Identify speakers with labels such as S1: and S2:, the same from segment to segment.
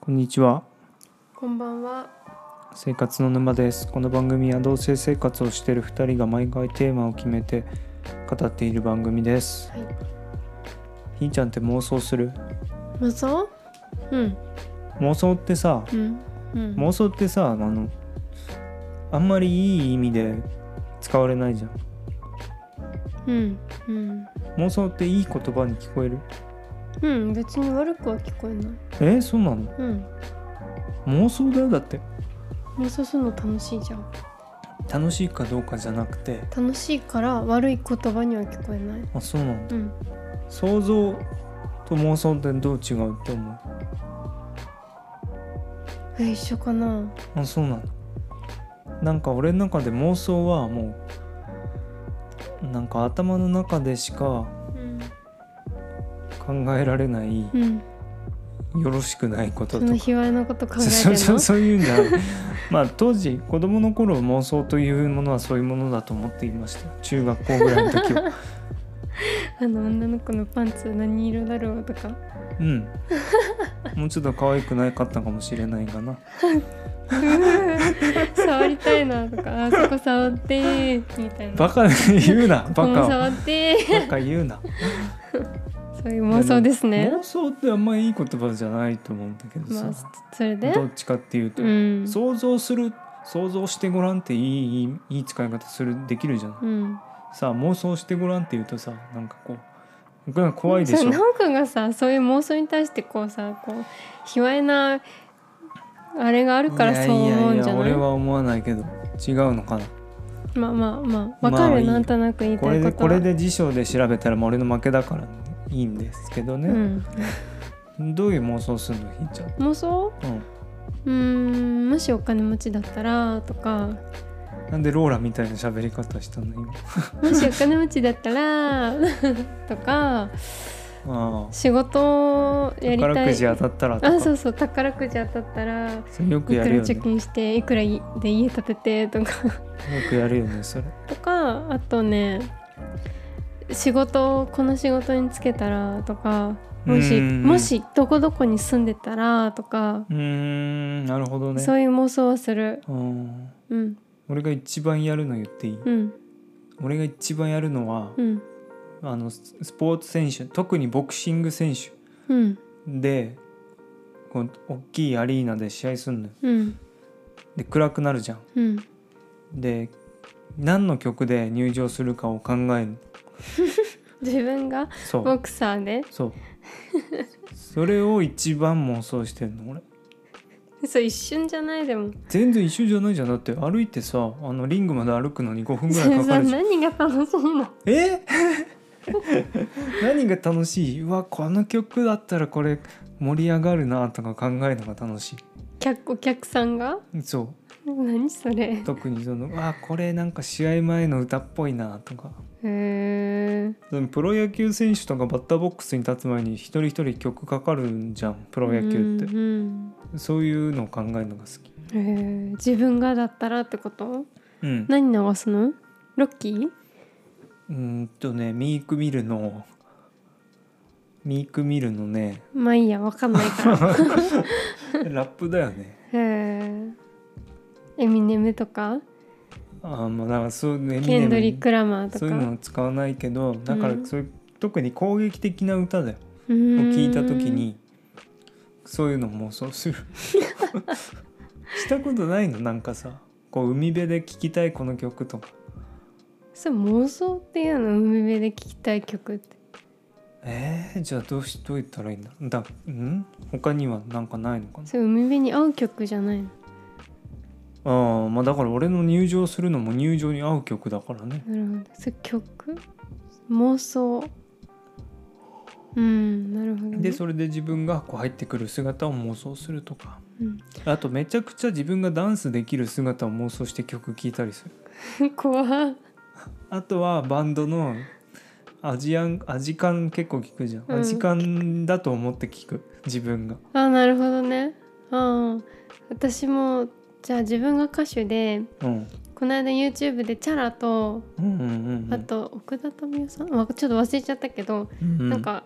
S1: こんにちは
S2: こんばんは。
S1: 生活の沼ですこの番組は同性生活をしている2人が毎回テーマを決めて語っている番組です
S2: はい。
S1: ひーちゃんって妄想する
S2: 妄想？うん
S1: 妄想ってさ
S2: うんうん。
S1: 妄想ってさあのあんまりいい意味で使われないじゃん
S2: うんうん
S1: 妄想っていい言葉に聞こえる
S2: うん別に悪くは聞こえない。
S1: えー、そうなの
S2: うん
S1: 妄想だよだって
S2: 妄想するの楽しいじゃん。
S1: 楽しいかどうかじゃなくて
S2: 楽しいから悪い言葉には聞こえない。
S1: あそうなんだ
S2: うん
S1: 想像と妄想ってどう違うって思う
S2: え一緒かな。
S1: あそうなんだなんか俺の中で妄想はもうなんか頭の中でしか
S2: うん
S1: 考えられないよ
S2: うん。
S1: ろしくないこと
S2: そ
S1: と
S2: の
S1: か
S2: 卑猥なこと考えて
S1: そう
S2: る
S1: そう
S2: の？
S1: そういうんじゃないまあ当時子供の頃妄想というものはそういうものだと思っていました中学校ぐらいの時は
S2: あの女の子のパンツ何色だろうとか。
S1: うんもうちょっと可愛くなかったかもしれないがな
S2: 触りたいなとかあそこ触ってみたいな。
S1: バカ言うな
S2: ここ
S1: バ
S2: も
S1: カを
S2: 触って
S1: バカ言うな
S2: そういう妄想です
S1: いや
S2: ね
S1: でも。妄想ってあんまいい言葉じゃないと思うんだけどさ、
S2: まあそれで
S1: ど。っちかっていうと、
S2: うん。
S1: 想像する想像してごらんっていいいいいい使い方するできるじゃん
S2: うん。
S1: さあ妄想してごらんっていうとさなんかこう僕は怖いでし
S2: そ
S1: ょ
S2: う奈くんがさそういう妄想に対してこうさこう卑猥なあれがあるからそう思うんじゃな
S1: や
S2: い
S1: いやいや俺は思わないけど違うのかな
S2: まあまあまあ
S1: まあ
S2: わかる、
S1: いい
S2: なんとなく言い
S1: こ
S2: た
S1: れ
S2: いこ
S1: で
S2: と
S1: これで辞書で調べたらもう俺の負けだからいいんですけど
S2: う
S1: ね、
S2: ん、
S1: どういう妄想するのひーちゃん、
S2: 妄想うーんもしお金持ちだったらとか
S1: うん、なんでローラみたいな喋り方したの今
S2: もしお金持ちだったら とか
S1: ああ
S2: 仕事をやり
S1: 宝
S2: た
S1: く
S2: い
S1: じ当たったらとか
S2: あそうそう宝くじ当たったらい
S1: それよく
S2: くら
S1: やるよね
S2: 貯金していくらいで家建ててとか
S1: よくやるよねそれ
S2: とかあとね仕事をこの仕事に就けたらとかもし
S1: うん
S2: もしどこどこに住んでたらとか、
S1: うーんなるほどね
S2: そういう妄想はする
S1: うん
S2: うん
S1: 俺が一番やるの言っていい、
S2: うん
S1: 俺が一番やるのは
S2: う、ん
S1: あのススポーツ選手特にボクシング選手
S2: うん
S1: でこう大きいアリーナで試合すんのよ
S2: うん
S1: で暗くなるじゃん
S2: うん
S1: で何の曲で入場するかを考える
S2: 自分が
S1: そう
S2: ボクサーで
S1: そう それを一番妄想してんの俺
S2: そう一瞬じゃないでも
S1: 全然一緒じゃないじゃんだって歩いてさあのリングまで歩くのに5分ぐらい
S2: そ
S1: か
S2: う
S1: かるじゃん
S2: 何が楽しいの
S1: え 何が楽しいうわこの曲だったらこれ盛り上がるなとか考えるのが楽し
S2: 客お客さんが
S1: いそ
S2: 何それ
S1: う特にその「わこれなんか試合前の歌っぽいな」とか
S2: へえ
S1: でもプロ野球選手とかバッターボックスに立つ前に一人一人曲かかるんじゃんプロ野球って、
S2: うん
S1: そういうのを考えるのが好き
S2: うんへえ自分がだったらってこと
S1: うん
S2: 何流すのロッキー
S1: うーんとねミークミルのミークミルのね
S2: まあいいやわかんないから
S1: ラップだよね
S2: へえエミネムとか
S1: あーまあだからそうね
S2: ケンドリック・ラマーと
S1: そう
S2: か
S1: いうのを使わないけどだから
S2: うん
S1: そういう、特に攻撃的な歌だよ
S2: うー
S1: を
S2: ん
S1: 聞いた時にそういうの妄想す るしたことないのなんかさこう海辺で聴きたいこの曲とか
S2: それ妄想っていうの海辺で聴きたい曲って
S1: えー、じゃあどうしどう言ったらいいんだだん他にはなんかないのかな
S2: それ海辺に合う曲じゃないの
S1: あーまあだから俺の入場するのも入場に合う曲だからね
S2: なるほどそれ曲妄想うんなるほど、ね、
S1: でそれで自分がこう入ってくる姿を妄想するとか
S2: う
S1: あとめちゃくちゃ自分がダンスできる姿を妄想して曲聴いたりする
S2: ん、 怖っ
S1: あとはバンドのアジアンアジカン結構聞くじゃん、
S2: うん
S1: アジカンだと思って聞く自分が
S2: あなるほどねああ私もじゃあ自分が歌手で
S1: うん
S2: この間 YouTube でチャラと
S1: うんうんうんうん
S2: あと奥田民生さんわちょっと忘れちゃったけど、
S1: うん
S2: なんか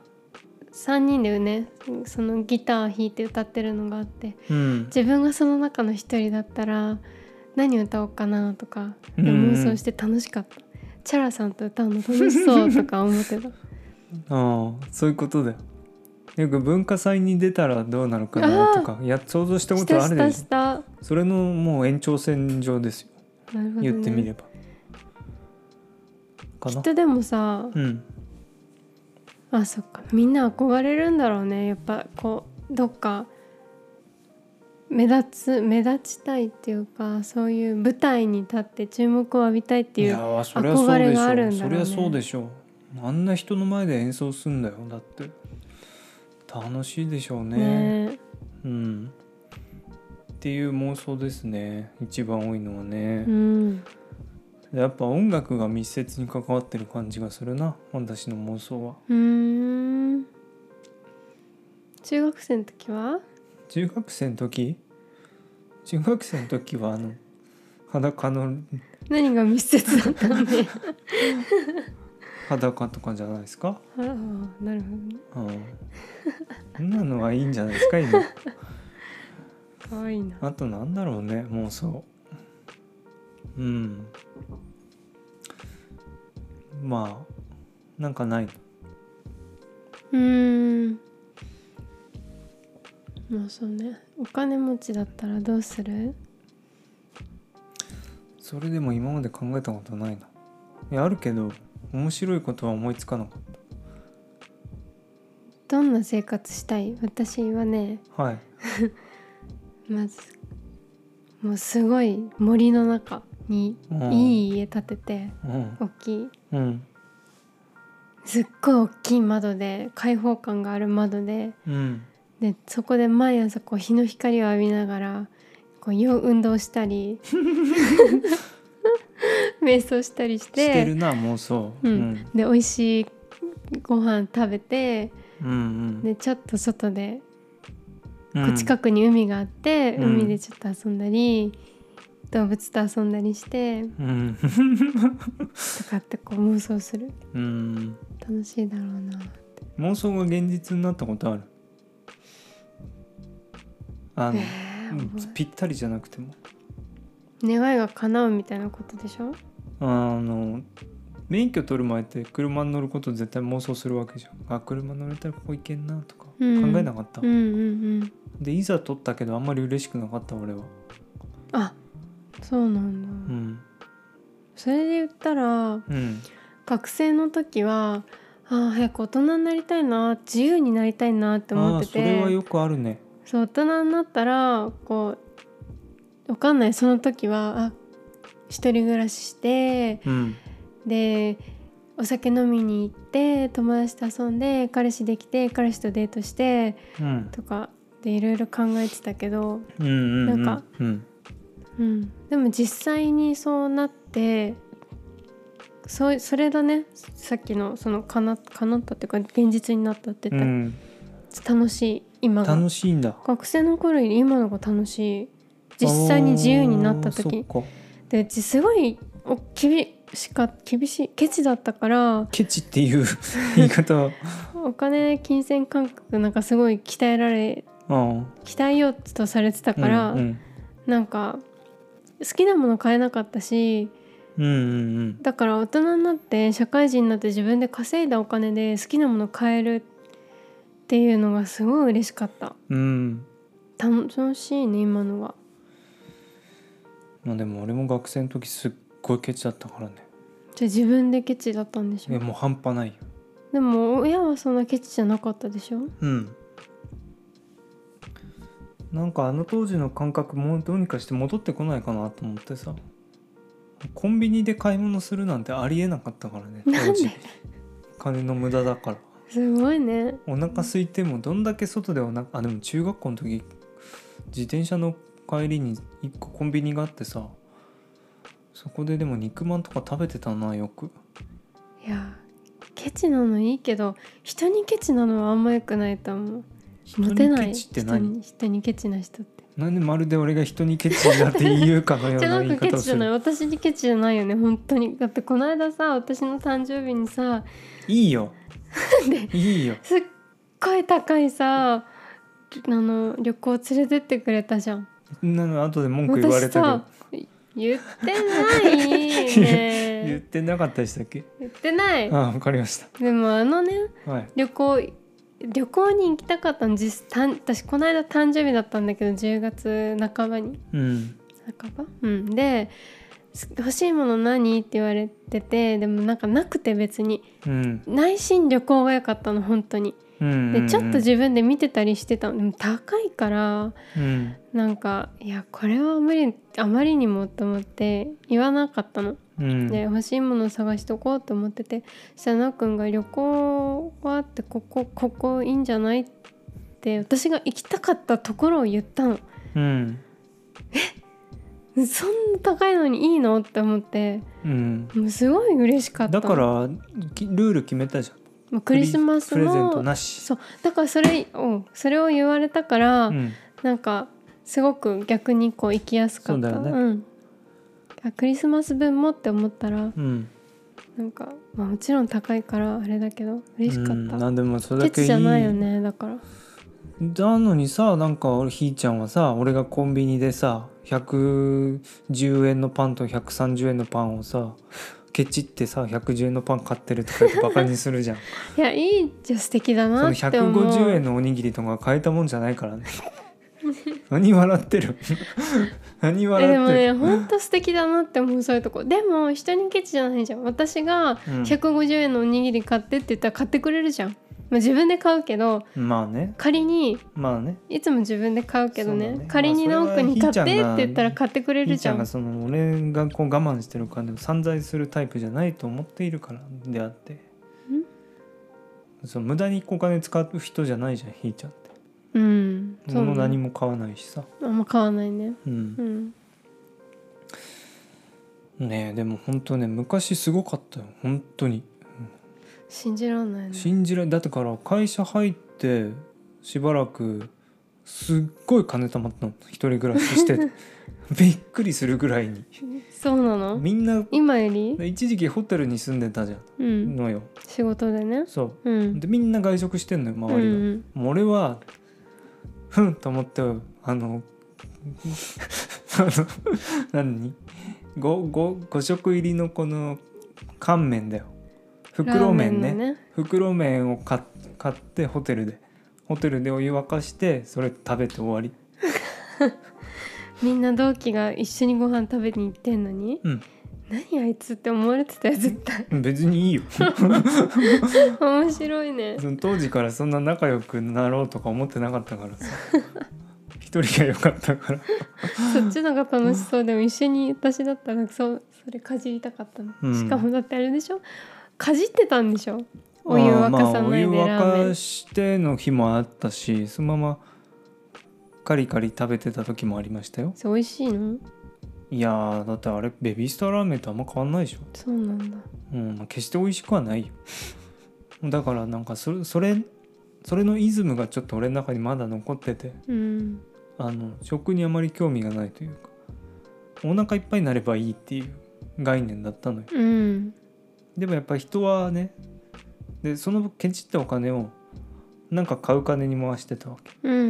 S2: 3人でねそのギターを弾いて歌ってるのがあって
S1: うん
S2: 自分がその中の一人だったら何歌おうかなとか
S1: うん
S2: 妄想して楽しかった、チャラさんと歌うの楽しそうとか思 ってた
S1: ああそういうことだよよく文化祭に出たらどうなるかなとかいや想像したこ
S2: し
S1: と
S2: た
S1: ある
S2: し
S1: でし
S2: た
S1: ょ
S2: した
S1: それのもう延長線上ですよ
S2: なるほど、ね、
S1: 言ってみればか
S2: き
S1: な
S2: っとでもさ
S1: うん
S2: あそっかみんな憧れるんだろうねやっぱこうどっか目立つ目立ちたいっていうかそういう舞台に立って注目を浴びたいって
S1: い
S2: い
S1: や
S2: う
S1: ーそりゃそう
S2: 憧
S1: で
S2: れ
S1: し
S2: が
S1: ょ
S2: あ
S1: う
S2: るんだ
S1: そ
S2: ろう
S1: り
S2: ね
S1: ゃそうでしょうあんな人の前で演奏すんだよだって楽しいでしょうね
S2: ね
S1: うんっていう妄想ですね一番多いのはね
S2: う、ん
S1: やっぱ音楽が密接に関わってる感じがするな私の妄想は
S2: うーん中学生の時は
S1: 中学生の時中学生の時はあの裸の
S2: 何が密 接だったのね
S1: 裸とかじゃないですか
S2: ああなるほどね
S1: うん そんなのはいいんじゃないですか今
S2: かわいいな
S1: あとなんだろうね妄想うんまあなんかないう
S2: ーんまあそうねお金持ちだったらどうする
S1: それでも今まで考えたことないないやあるけど面白いことは思いつかなかっ
S2: どんな生活したい私はね
S1: たはい
S2: まずもうすごい森の中に
S1: うん
S2: いい家建てて
S1: うん
S2: 大きい
S1: うん
S2: すっごい大きい窓で開放感がある窓で
S1: うん
S2: でそこで毎朝こう日の光を浴びながらこうよ運動したり 瞑想したりし
S1: して
S2: て
S1: るな妄想
S2: う
S1: うん
S2: ん、で美味しいご飯食べて
S1: うんうん
S2: でちょっと外で
S1: う
S2: こうん近くに海があって、
S1: うん
S2: 海でちょっと遊んだり動物と遊んだりして
S1: うん
S2: とかってこう妄想する
S1: うん
S2: 楽しいだろうな
S1: 妄想が現実になったことあるあの、う
S2: えー
S1: ん
S2: もう
S1: ぴったりじゃなくても
S2: 願いが叶うみたいなことでしょ
S1: あの免許取る前って車に乗ること絶対妄想するわけじゃんあ車乗れたらここ行けんなとか考
S2: うん
S1: えなかった、
S2: うんうんうん
S1: でいざ取ったけどあんまり嬉しくなかった俺は
S2: あそうなんだ、
S1: うん
S2: それで言ったら
S1: うん
S2: 学生の時はあー早く大人になりたいな自由になりたいなって思
S1: あ
S2: っ
S1: あ
S2: て
S1: そ
S2: て
S1: れはよくあるね
S2: そう大人になったらこうわかんないその時はあ一人暮らしして
S1: うん
S2: でお酒飲みに行って友達と遊んで彼氏できて彼氏とデートして
S1: うん
S2: とかでいろいろ考えてたけど、
S1: うんうんうん
S2: なんか
S1: うん
S2: うん、でも実際にそうなってそうそれだねさっきのそのかな叶ったっていうか現実になったって
S1: う
S2: 言った、
S1: ん
S2: 楽しい今が
S1: 楽しいんだ
S2: 学生の頃より今のが楽しい実際に自由になった時
S1: あーそっか
S2: でうちすごいお厳しか厳しいケチだったから
S1: ケチっていう言い方 は
S2: お金金銭感覚なんかすごい鍛えられ
S1: うん
S2: 鍛えようとされてたから、
S1: うん
S2: なんか好きなもの買えなかったし
S1: うんうんうん
S2: だから大人になって社会人になって自分で稼いだお金で好きなもの買えるっていうのがすごい嬉しかった
S1: うんうん
S2: 楽しいね今のは
S1: まあでも俺も学生の時すっごいケチだったからね
S2: じゃあ自分でケチだったんでし
S1: いや
S2: ょ
S1: もう半端ないよ
S2: でも親はそんなケチじゃなかったでしょ
S1: うんなんかあの当時の感覚もうどうにかして戻ってこないかなと思ってさコンビニで買い物するなんてありえなかったからね
S2: なんで
S1: 金の無駄だから
S2: すごいね
S1: お腹空いてもどんだけ外でお腹あでも中学校の時自転車の帰りに1個コンビニがあってさそこででも肉まんとか食べてたなよく
S2: いやケチなのいいけど人にケチなのはあんま良くないと思うモテな
S1: 人に
S2: い
S1: ケチって何
S2: 人に人にケチな人って
S1: なんでまるで俺が人にケチだって言うかのよう
S2: じゃ
S1: な
S2: あなん
S1: 言い
S2: かケ
S1: 方を
S2: チじ
S1: す
S2: ゃない
S1: る
S2: 私にケチじゃないよね本当にだってこの間さ私の誕生日にさ
S1: いいよいいよ
S2: すっごい高いさあの旅行連れてってくれたじゃん
S1: なの後で文句言われた
S2: 私さ言ってない
S1: けど 言っ
S2: ね
S1: てなかったでしたっけ
S2: 言ってない
S1: ああ分かりまし
S2: でもあのね
S1: たはい
S2: 旅行旅行に行きたかったの実たん私この間誕生日だったんだけど10月半ばに
S1: うん
S2: 半ばうんです欲しいもの何って言われててでもなんかなくて別に
S1: うん
S2: 内心旅行が良かったの本当に
S1: うん
S2: でちょっと自分で見てたりしてたのでも高いから
S1: うん
S2: なんかいやこれは無理あまりにもと思って言わなかったの
S1: うん
S2: で欲しいものを探しとこうと思っててそしたらなっくんが「旅行は?」ってここここいいんじゃないって私が行きたかったところを言ったの
S1: うん
S2: そんな高いのにいいのって思って
S1: うん
S2: もうすごい嬉しかった
S1: だ
S2: の
S1: からきルール決めたじゃん
S2: もうクリスマス
S1: プレゼント
S2: の
S1: なし
S2: そうだからそれをそれを言われたから、
S1: うん
S2: なんかすごく逆にこう行きやすかった
S1: そうだよね
S2: んあクリスマス分もって思ったら
S1: うん
S2: なんか、まあ、もちろん高いからあれだけど嬉しか
S1: うん
S2: った、
S1: なんでもそれだ
S2: ケ
S1: けい
S2: チ
S1: い
S2: じゃないよねだから
S1: なのにさなんか俺ひーちゃんはさ俺がコンビニでさ110円のパンと130円のパンをさケチってさ110円のパン買ってるとか言ってバカにするじゃ ん
S2: いやいいじゃ素敵だ
S1: そ
S2: な
S1: の
S2: って思う
S1: 150円のおにぎりとか買えたもんじゃないからね 何笑ってる 何
S2: えで
S1: 笑
S2: も
S1: って
S2: ね
S1: る、
S2: ほんと素敵だなって思うそういうとこでも人にケチじゃないじゃん私が
S1: うん
S2: 150円のおにぎり買ってって言ったら買ってくれるじゃん、まあ、自分で買うけど
S1: まあね
S2: 仮に
S1: まあね
S2: いつも自分で買うけどね
S1: そうだね
S2: 仮に
S1: まあそ
S2: 直
S1: れは
S2: くんに買ってっ
S1: ひーちゃんが
S2: て言ったら買ってくれ
S1: ひ
S2: る
S1: ー
S2: じ
S1: ち
S2: ゃ
S1: ゃ
S2: ん
S1: んがその俺がこう我慢してるからでも散財するタイプじゃないと思っているからであってその無駄にお金使う人じゃないじゃんひーちゃんって。
S2: うんそう
S1: 物
S2: ね
S1: 何も買わないしさ、
S2: あんま買わないね
S1: うん
S2: う、ん
S1: ねえでも本当ね昔すごかったよ本当に
S2: 信じらんないね
S1: 信じられだってから会社入ってしばらくすっごい金貯まったの一人暮らしして てびっくりするぐらいに
S2: そうなの
S1: みんな
S2: 今より
S1: 一時期ホテルに住んでたじゃ
S2: うんん
S1: のよ
S2: 仕事でね
S1: そ
S2: うん
S1: うでみんな外食してんのよ周り
S2: う
S1: は、
S2: ん
S1: もう俺はふんと思ってあの あの何 5, 5, 5食入りのこの乾麺だよ袋麺ね
S2: ラーメンのね
S1: 袋麺を買っ買ってホテルでホテルでお湯沸かしてそれ食べて終わり
S2: みんな同期が一緒にご飯食べに行ってんのに
S1: う
S2: 何あいつって思われてたよ絶対
S1: ん別にいいよ
S2: 面白いね
S1: その当時からそんな仲良くなろうとか思ってなかった からさ一人が良かったから
S2: そっちのが楽しそうでも一緒に私だったらそうそれかじりたかったの、
S1: うん
S2: しかもだってあれでしょかじってたんでしょお湯沸かさないで
S1: まあ
S2: ラ
S1: お
S2: ー
S1: 湯沸
S2: メ
S1: か
S2: ン
S1: しての日もあったしそのままカリカリ食べてた時もありましたよ
S2: そう美味しいの
S1: いやーだってあれベビースターラーメンとあんま変わんないでしょ、
S2: そうなんだ
S1: うんまあ、決して美味しくはないよ だからなんかそれそれそれのイズムがちょっと俺の中にまだ残ってて
S2: うん
S1: あの食にあまり興味がないというかお腹いっぱいになればいいっていう概念だったのよ
S2: うん
S1: でもやっぱり人はねでそのケチったお金をなんか買う金に回してたわけ
S2: うんう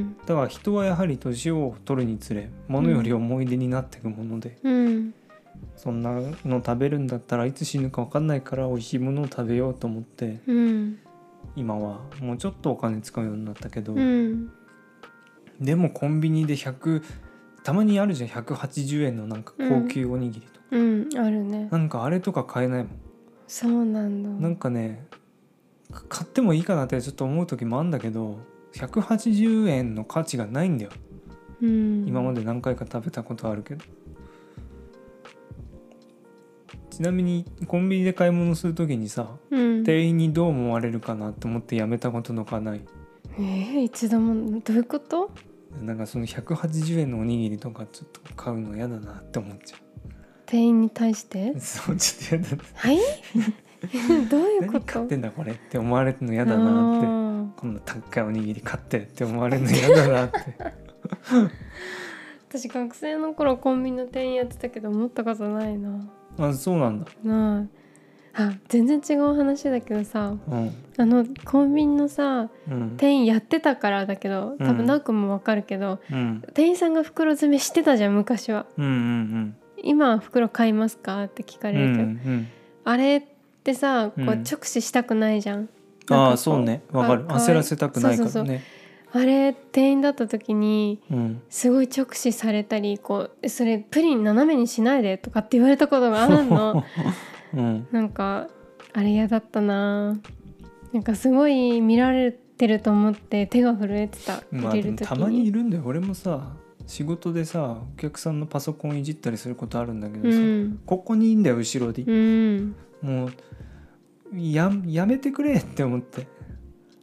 S2: ん
S1: だから人はやはり年を取るにつれ物より思い出になっていくもので、
S2: うんうん
S1: そんなの食べるんだったらいつ死ぬか分かんないから美味しいものを食べようと思って
S2: うん
S1: 今はもうちょっとお金使うようになったけど、
S2: うん
S1: でもコンビニで100たまにあるじゃん180円のなんか高級おにぎりとか、
S2: うんあるね
S1: なんかあれとか買えないもん
S2: そうなんだ
S1: なんかねか買ってもいいかなってちょっと思う時もあるんだけど180円の価値がないんだよ
S2: うん、
S1: 今まで何回か食べたことあるけどちなみにコンビニで買い物する時にさ
S2: うん、え
S1: 店員にどう思われるかなって思ってやめたことのかない
S2: ー、一度もどういうこと
S1: なんかその180円のおにぎりとかちょっと買うの嫌だなって思っちゃ
S2: 店員に対して
S1: うそうちょっと嫌だ
S2: はい どういうこ
S1: 何買
S2: と
S1: ってんだこれって思われるの嫌だなって
S2: あ
S1: こんな高いおにぎり買ってって思われるの嫌だな って
S2: ー私学生の頃コンビニの店員やってたけど思ったことないな
S1: あそうなんだ
S2: ないあ全然違う話だけどさ
S1: うん
S2: あのコンビニのさ
S1: うん
S2: 店員やってたからだけど多
S1: うん
S2: 分なおくんもわかるけど、
S1: うん
S2: 店員さんが袋詰めしてたじゃん昔は
S1: うんうん
S2: 今は袋買いますかって聞か
S1: う
S2: れるけど、
S1: ん
S2: あれってさこう
S1: うん
S2: 直視したくないじゃん、
S1: うん
S2: なんかこ
S1: ああそうねわかる
S2: あ可愛い
S1: 焦らせたくないから
S2: そうそう
S1: ね
S2: あれ店員だった時に
S1: うん
S2: すごい直視されたりこうえ「それプリン斜めにしないで」とかって言われたことがあ るの
S1: うん
S2: なんかあれ嫌だったななんかすごい見られてると思って手が震えてた
S1: まあ
S2: 入
S1: で
S2: れる
S1: も
S2: 時
S1: たまにいるんだよ俺もさ仕事でさお客さんのパソコンいじったりすることあるんだけど
S2: う
S1: さ
S2: ん
S1: ここにいいんだよ後ろで
S2: うん
S1: もうややめてくれって思って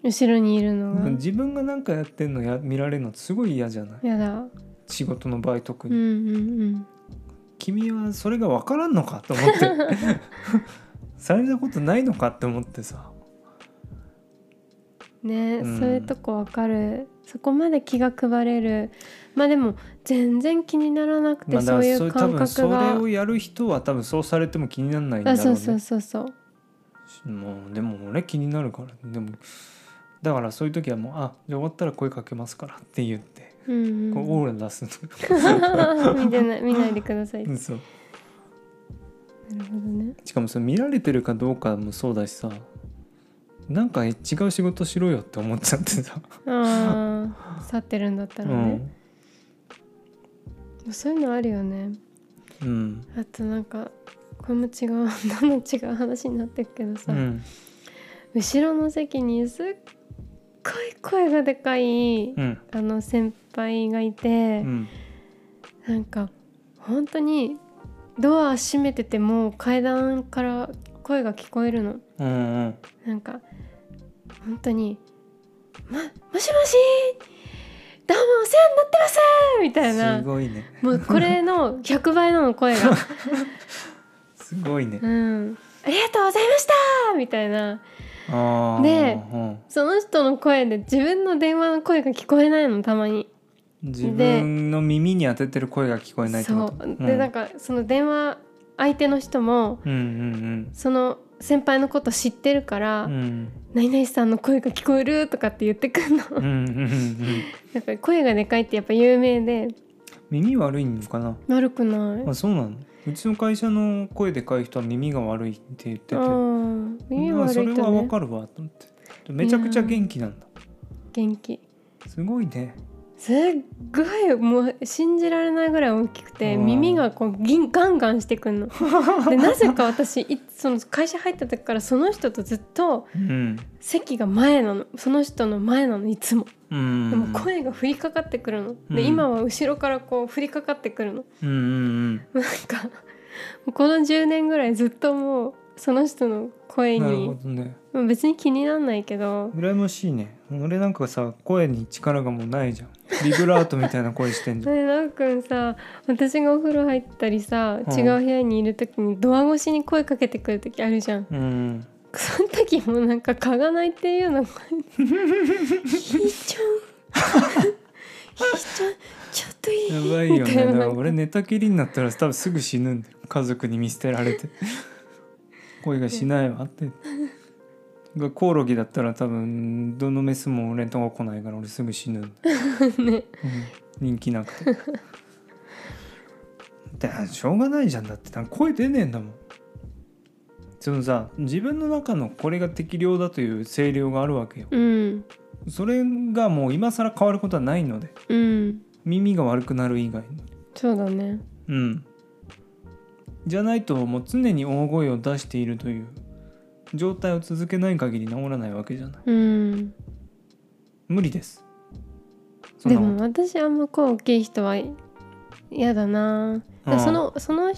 S2: 後ろにいるのが
S1: 自分が何かやってんのや見られるのすごい嫌じゃない
S2: やだ
S1: 仕事の場合特
S2: うん
S1: に、
S2: うんうん
S1: 君はそれが分からんのかと思って されたことないのかって思ってさ
S2: ね、
S1: うん
S2: そういうとこわかるそこまで気が配れるまあでも全然気にならなくて、
S1: まあだか
S2: そ
S1: ら
S2: うい
S1: そうれ多
S2: 感
S1: 分それ
S2: 覚が
S1: をやる人は多分そうされても気にならないんだ
S2: あ
S1: ろうね
S2: そうそうそうそう
S1: もうでも俺気になるからでもだからそういう時はもう「あじゃあ終わったら声かけますから」って言って、
S2: うん
S1: こう
S2: うん、
S1: オーラ出す
S2: 見てない見ないでください。な
S1: の
S2: る
S1: そう
S2: ほどね。
S1: しかもそれ見られてるかどうかもそうだしさなんか違う仕事しろよって思っちゃってさ、
S2: ああ、去ってるんだった
S1: う
S2: らね。
S1: ん、
S2: そういうのあるよね。
S1: うん
S2: あとなんかこれも違うどんどん違う話になってるけど
S1: う
S2: さ、
S1: ん
S2: 後ろの席にすっごい声がでかい、
S1: うん
S2: あの先輩がいて、
S1: うん
S2: なんか本当にドア閉めてても階段から声が聞こえるの。
S1: うんうん
S2: なんか本当に「ま、もしもしどうもお世話になってます!」みたい
S1: す
S2: な
S1: ごいね
S2: もうこ れの100倍なの声が「
S1: すごいね
S2: うん、ありがとうございました!」みたいな
S1: ああ
S2: で
S1: うん
S2: その人の声で自分の電話の声が聞こえないのたまに。
S1: 自分の耳に当ててる声が聞こえないってこ
S2: そ
S1: と
S2: うでなんかその電話相手の人も
S1: うんうん
S2: その先輩のこと知ってるから
S1: うんう
S2: 「
S1: ん
S2: 何々さんの声が聞こえる」とかって言ってくんの。
S1: うんうんうんうん
S2: なんか声がでかいってやっぱ有名で
S1: 耳悪いのかな
S2: 悪くない。
S1: あそうなのうちの会社の声でかい人は耳が悪いって言ってて
S2: うん耳
S1: まあ
S2: 悪
S1: そ
S2: い
S1: れ
S2: と
S1: はわ
S2: ね
S1: かるわと思ってめちゃくちゃ元気なんだ
S2: 元気
S1: すごいね
S2: すっごいもう信じられないぐらい大きくて
S1: うん
S2: 耳がこうギンガンガンしてくんの。 でなぜか私いその会社入った時からその人とずっと
S1: うん
S2: 席が前なのその人の前なのいつも。
S1: うん
S2: でも声が降りかかってくるの。
S1: うん
S2: で今は後ろからこう降りかかってくるの。
S1: うんうん
S2: なんか もうこの10年ぐらいずっともうその人の
S1: う
S2: 声
S1: んなるほ
S2: に
S1: どね
S2: まあ別に気になんないけど
S1: 羨ましいね俺なんかさ声に力がもうないじゃんビブラートみたいな声して んじゃん
S2: ねえなおくんさ私がお風呂入ったりさ、
S1: うん
S2: 違う部屋にいる時にドア越しに声かけてくる時あるじゃ ん
S1: うん
S2: その時もなんか蚊が鳴いてるような声ひーちゃんひーちゃんちょっといい
S1: やばいよ
S2: み
S1: ね
S2: たい
S1: だ
S2: な
S1: か
S2: な
S1: ら
S2: んか
S1: 俺寝たきりになったら多分すぐ死ぬんだよ家族に見捨てられて声がしないわってがコオロギだったら多分どのメスも俺んとこ来ないから俺すぐ死ぬんだ よ、
S2: ね
S1: うん人気なくてでしょうがないじゃんだってなんか声出ねえんだもんそのさ自分の中のこれが適量だという声量があるわけよ
S2: うん
S1: それがもう今更変わることはないので
S2: うん
S1: 耳が悪くなる以外に
S2: そうだね
S1: うん。じゃないともう常に大声を出しているという状態を続けない限り治らないわけじゃない。
S2: うん
S1: 無理です。そん
S2: で
S1: なこと
S2: も私あんま声大きい人は嫌だなだからそのその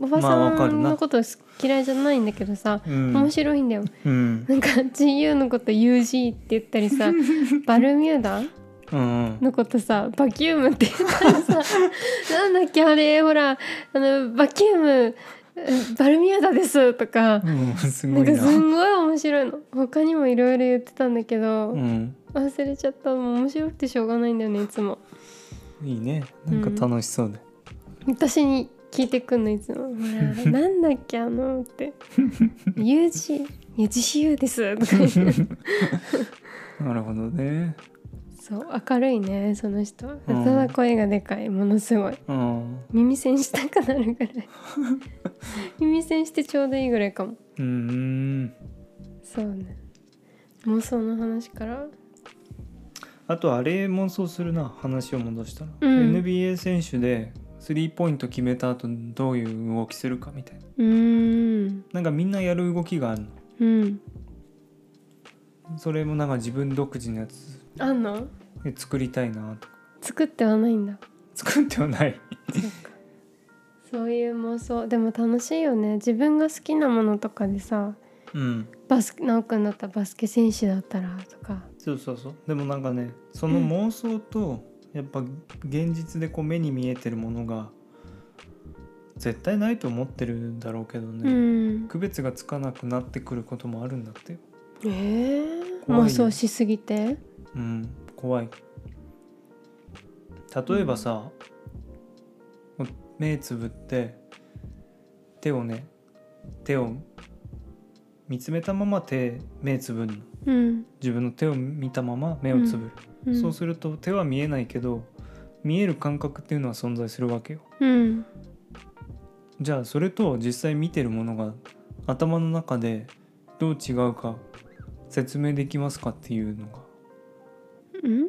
S2: お
S1: ま
S2: ば
S1: あ
S2: さ
S1: わかる
S2: ん
S1: な
S2: のこと嫌いじゃないんだけどさ、
S1: うん
S2: 面白いんだよ
S1: うん
S2: なんか GU のこと UG って言った りさバルミューダ
S1: うんうん
S2: のことさバキュームって言ったり さなんだっけあれほらあのバキュームえバルミューダですとか
S1: うんす
S2: な
S1: ご
S2: ん
S1: い
S2: かす
S1: な。
S2: んごい面白いの他にもいろいろ言ってたんだけど、
S1: うん
S2: 忘れちゃったもう面白くてしょうがないんだよねいつも
S1: いいね。なんか楽しそうで。
S2: 私に聞いてくんのいつ も「ほらなんだっけあの」って「友人いや自 由です」とか言って
S1: なるほどね
S2: そう明るいねその人た
S1: うん
S2: だ声がでかいものすごい
S1: うん
S2: 耳栓したくなるぐらい耳栓してちょうどいいぐらいかも
S1: うーん
S2: そうね妄想の話から
S1: あとあれ妄想するな話を戻したら、
S2: うん
S1: NBA 選手でスリーポイント決めた後どういう動きするかみたいな
S2: うーん
S1: なんかみんなやる動きがある
S2: うん
S1: のそれもなんか自分独自のやつ
S2: あんの
S1: で作りたいなとか
S2: 作ってはないんだ
S1: 作ってはない
S2: そういう妄想でも楽しいよね自分が好きなものとかでさ
S1: うん
S2: バスケ直くんだったらバスケ選手だったらとか
S1: そうそうそうでもなんかねその妄想とやっぱ現実でこう目に見えてるものが絶対ないと思ってるんだろうけど
S2: う
S1: ね、
S2: ん
S1: 区別がつかなくなってくることもあるんだってよ
S2: えー、
S1: 怖いよ
S2: 妄想しすぎて
S1: うん怖い例えばさ、目つぶって手をね手を見つめたまま手目つぶるの
S2: うん、
S1: 自分の手を見たまま目をつぶる、
S2: うん、
S1: そうすると手は見えないけど見える感覚っていうのは存在するわけよ
S2: うん
S1: じゃあそれと実際見てるものが頭の中でどう違うか説明できますかっていうのが
S2: うん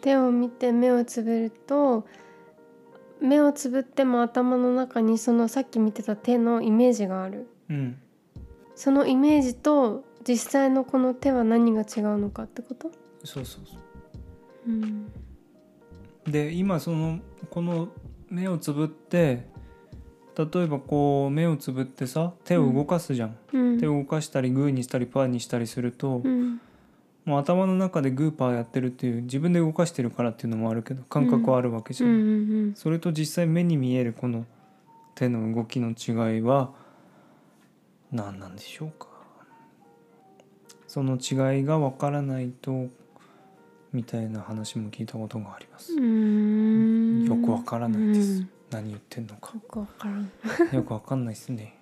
S2: 手を見て目をつぶると目をつぶっても頭の中にそのさっき見てた手のイメージがある
S1: うん
S2: そのイメージと実際のこの手は何が違うのかってこと
S1: そうそうそう
S2: うん
S1: で今そのこの目をつぶって例えばこう目をつぶってさ手を動かすじゃん、
S2: うん
S1: 手を動かしたりグーにしたりパーにしたりすると、
S2: うん
S1: もう頭の中でグーパーやってるっていう自分で動かしてるからっていうのもあるけど感覚はあるわけじ
S2: う
S1: ゃ
S2: ん
S1: ん
S2: うん
S1: それと実際目に見えるこの手の動きの違いは何なんでしょうかその違いがわからないとみたいな話も聞いたことがあります
S2: う、ん
S1: よくわからないです、
S2: うん
S1: 何言ってんの か
S2: よくわからん
S1: よくわかんないですね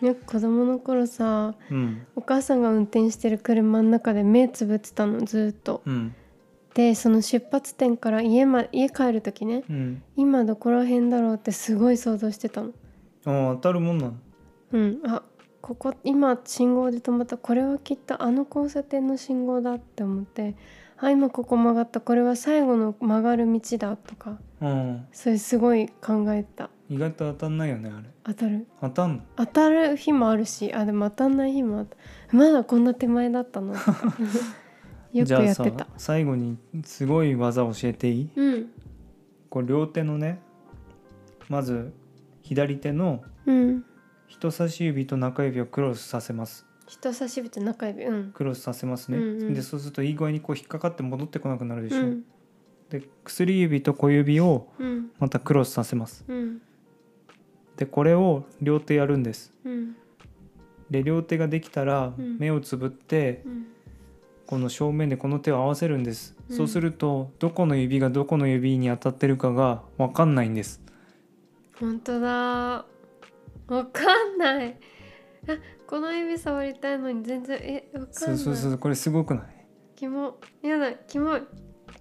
S2: よく子供の頃さ
S1: うん
S2: お母さんが運転してる車の中で目つぶってたのずーっと
S1: うん
S2: でその出発点から家,、ま、家帰る時ね、
S1: うん
S2: 今どこら辺だろうってすごい想像してたの
S1: ああ当たるもんなの
S2: うんあここ今信号で止まったこれはきっとあの交差点の信号だって思ってあ今ここ曲がったこれは最後の曲がる道だとか
S1: うん
S2: それすごい考えた
S1: 意外と当たんないよねあれ
S2: 当たる
S1: 当たんの
S2: 当たる日もあるしあでも当たんない日もあったまだこんな手前 だったのとかよく
S1: じゃ
S2: や
S1: あ
S2: っ
S1: さ
S2: てた
S1: 最後にすごい技教えていい
S2: うん
S1: こう両手のねまず左手の
S2: うん
S1: 人差し指と中指をクロスさせます
S2: 人差し指と中指うん
S1: クロスさせますね、
S2: うんうん
S1: でそうするといい具合にこう引っかかって戻ってこなくなるでし
S2: う
S1: ょ、
S2: ん
S1: で薬指と小指を
S2: うん
S1: またクロスさせます
S2: うん
S1: でこれを両手やるんです
S2: うん
S1: で両手ができたら
S2: うん
S1: 目をつぶって
S2: うん
S1: この正面でこの手を合わせるんです、
S2: うん
S1: そうするとどこの指がどこの指に当たってるかが分かんないんです
S2: 本当だわかんないあこの指触りたいのに全然えわかん
S1: そ
S2: な
S1: う
S2: い
S1: そうそうこれすごくない
S2: キモやだキモい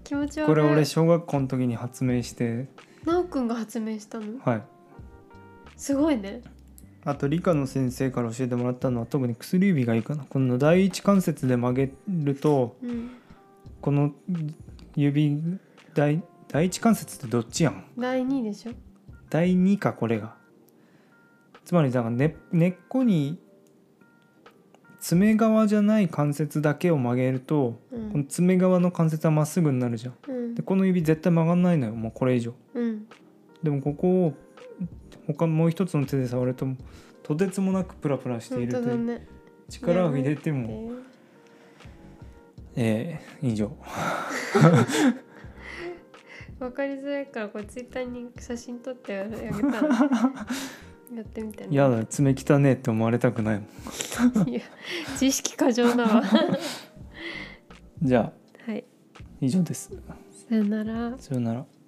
S2: 気持ち悪い
S1: これ俺小学校の時に発明して
S2: なおくんが発明したの
S1: はい
S2: すごいね
S1: あと理科の先生から教えてもらったのは特に薬指がいいかなこの第一関節で曲げると
S2: うん
S1: この指第第一関節ってどっちやん
S2: 第二でしょ
S1: 第二かこれがつまりだから根根っこに爪側じゃない関節だけを曲げると
S2: う
S1: この
S2: ん
S1: 爪側の関節はまっすぐになるじゃん
S2: うん
S1: でこの指絶対曲がんないのよもうこれ以上
S2: うん
S1: でもここを他もう一つの手で触るととてつもなくプラプラしてい
S2: 本
S1: ると
S2: 当
S1: い
S2: だ
S1: う
S2: ね
S1: 力を入れて
S2: っ
S1: も
S2: て
S1: えー以上
S2: わかりづらいからこれツイッターに写真撮ってあげた らやってみてね
S1: やだ爪汚ねえって思われたくないもん
S2: いや知識過剰だわ は
S1: じゃあ
S2: い
S1: 以上です
S2: さよなら
S1: さよなら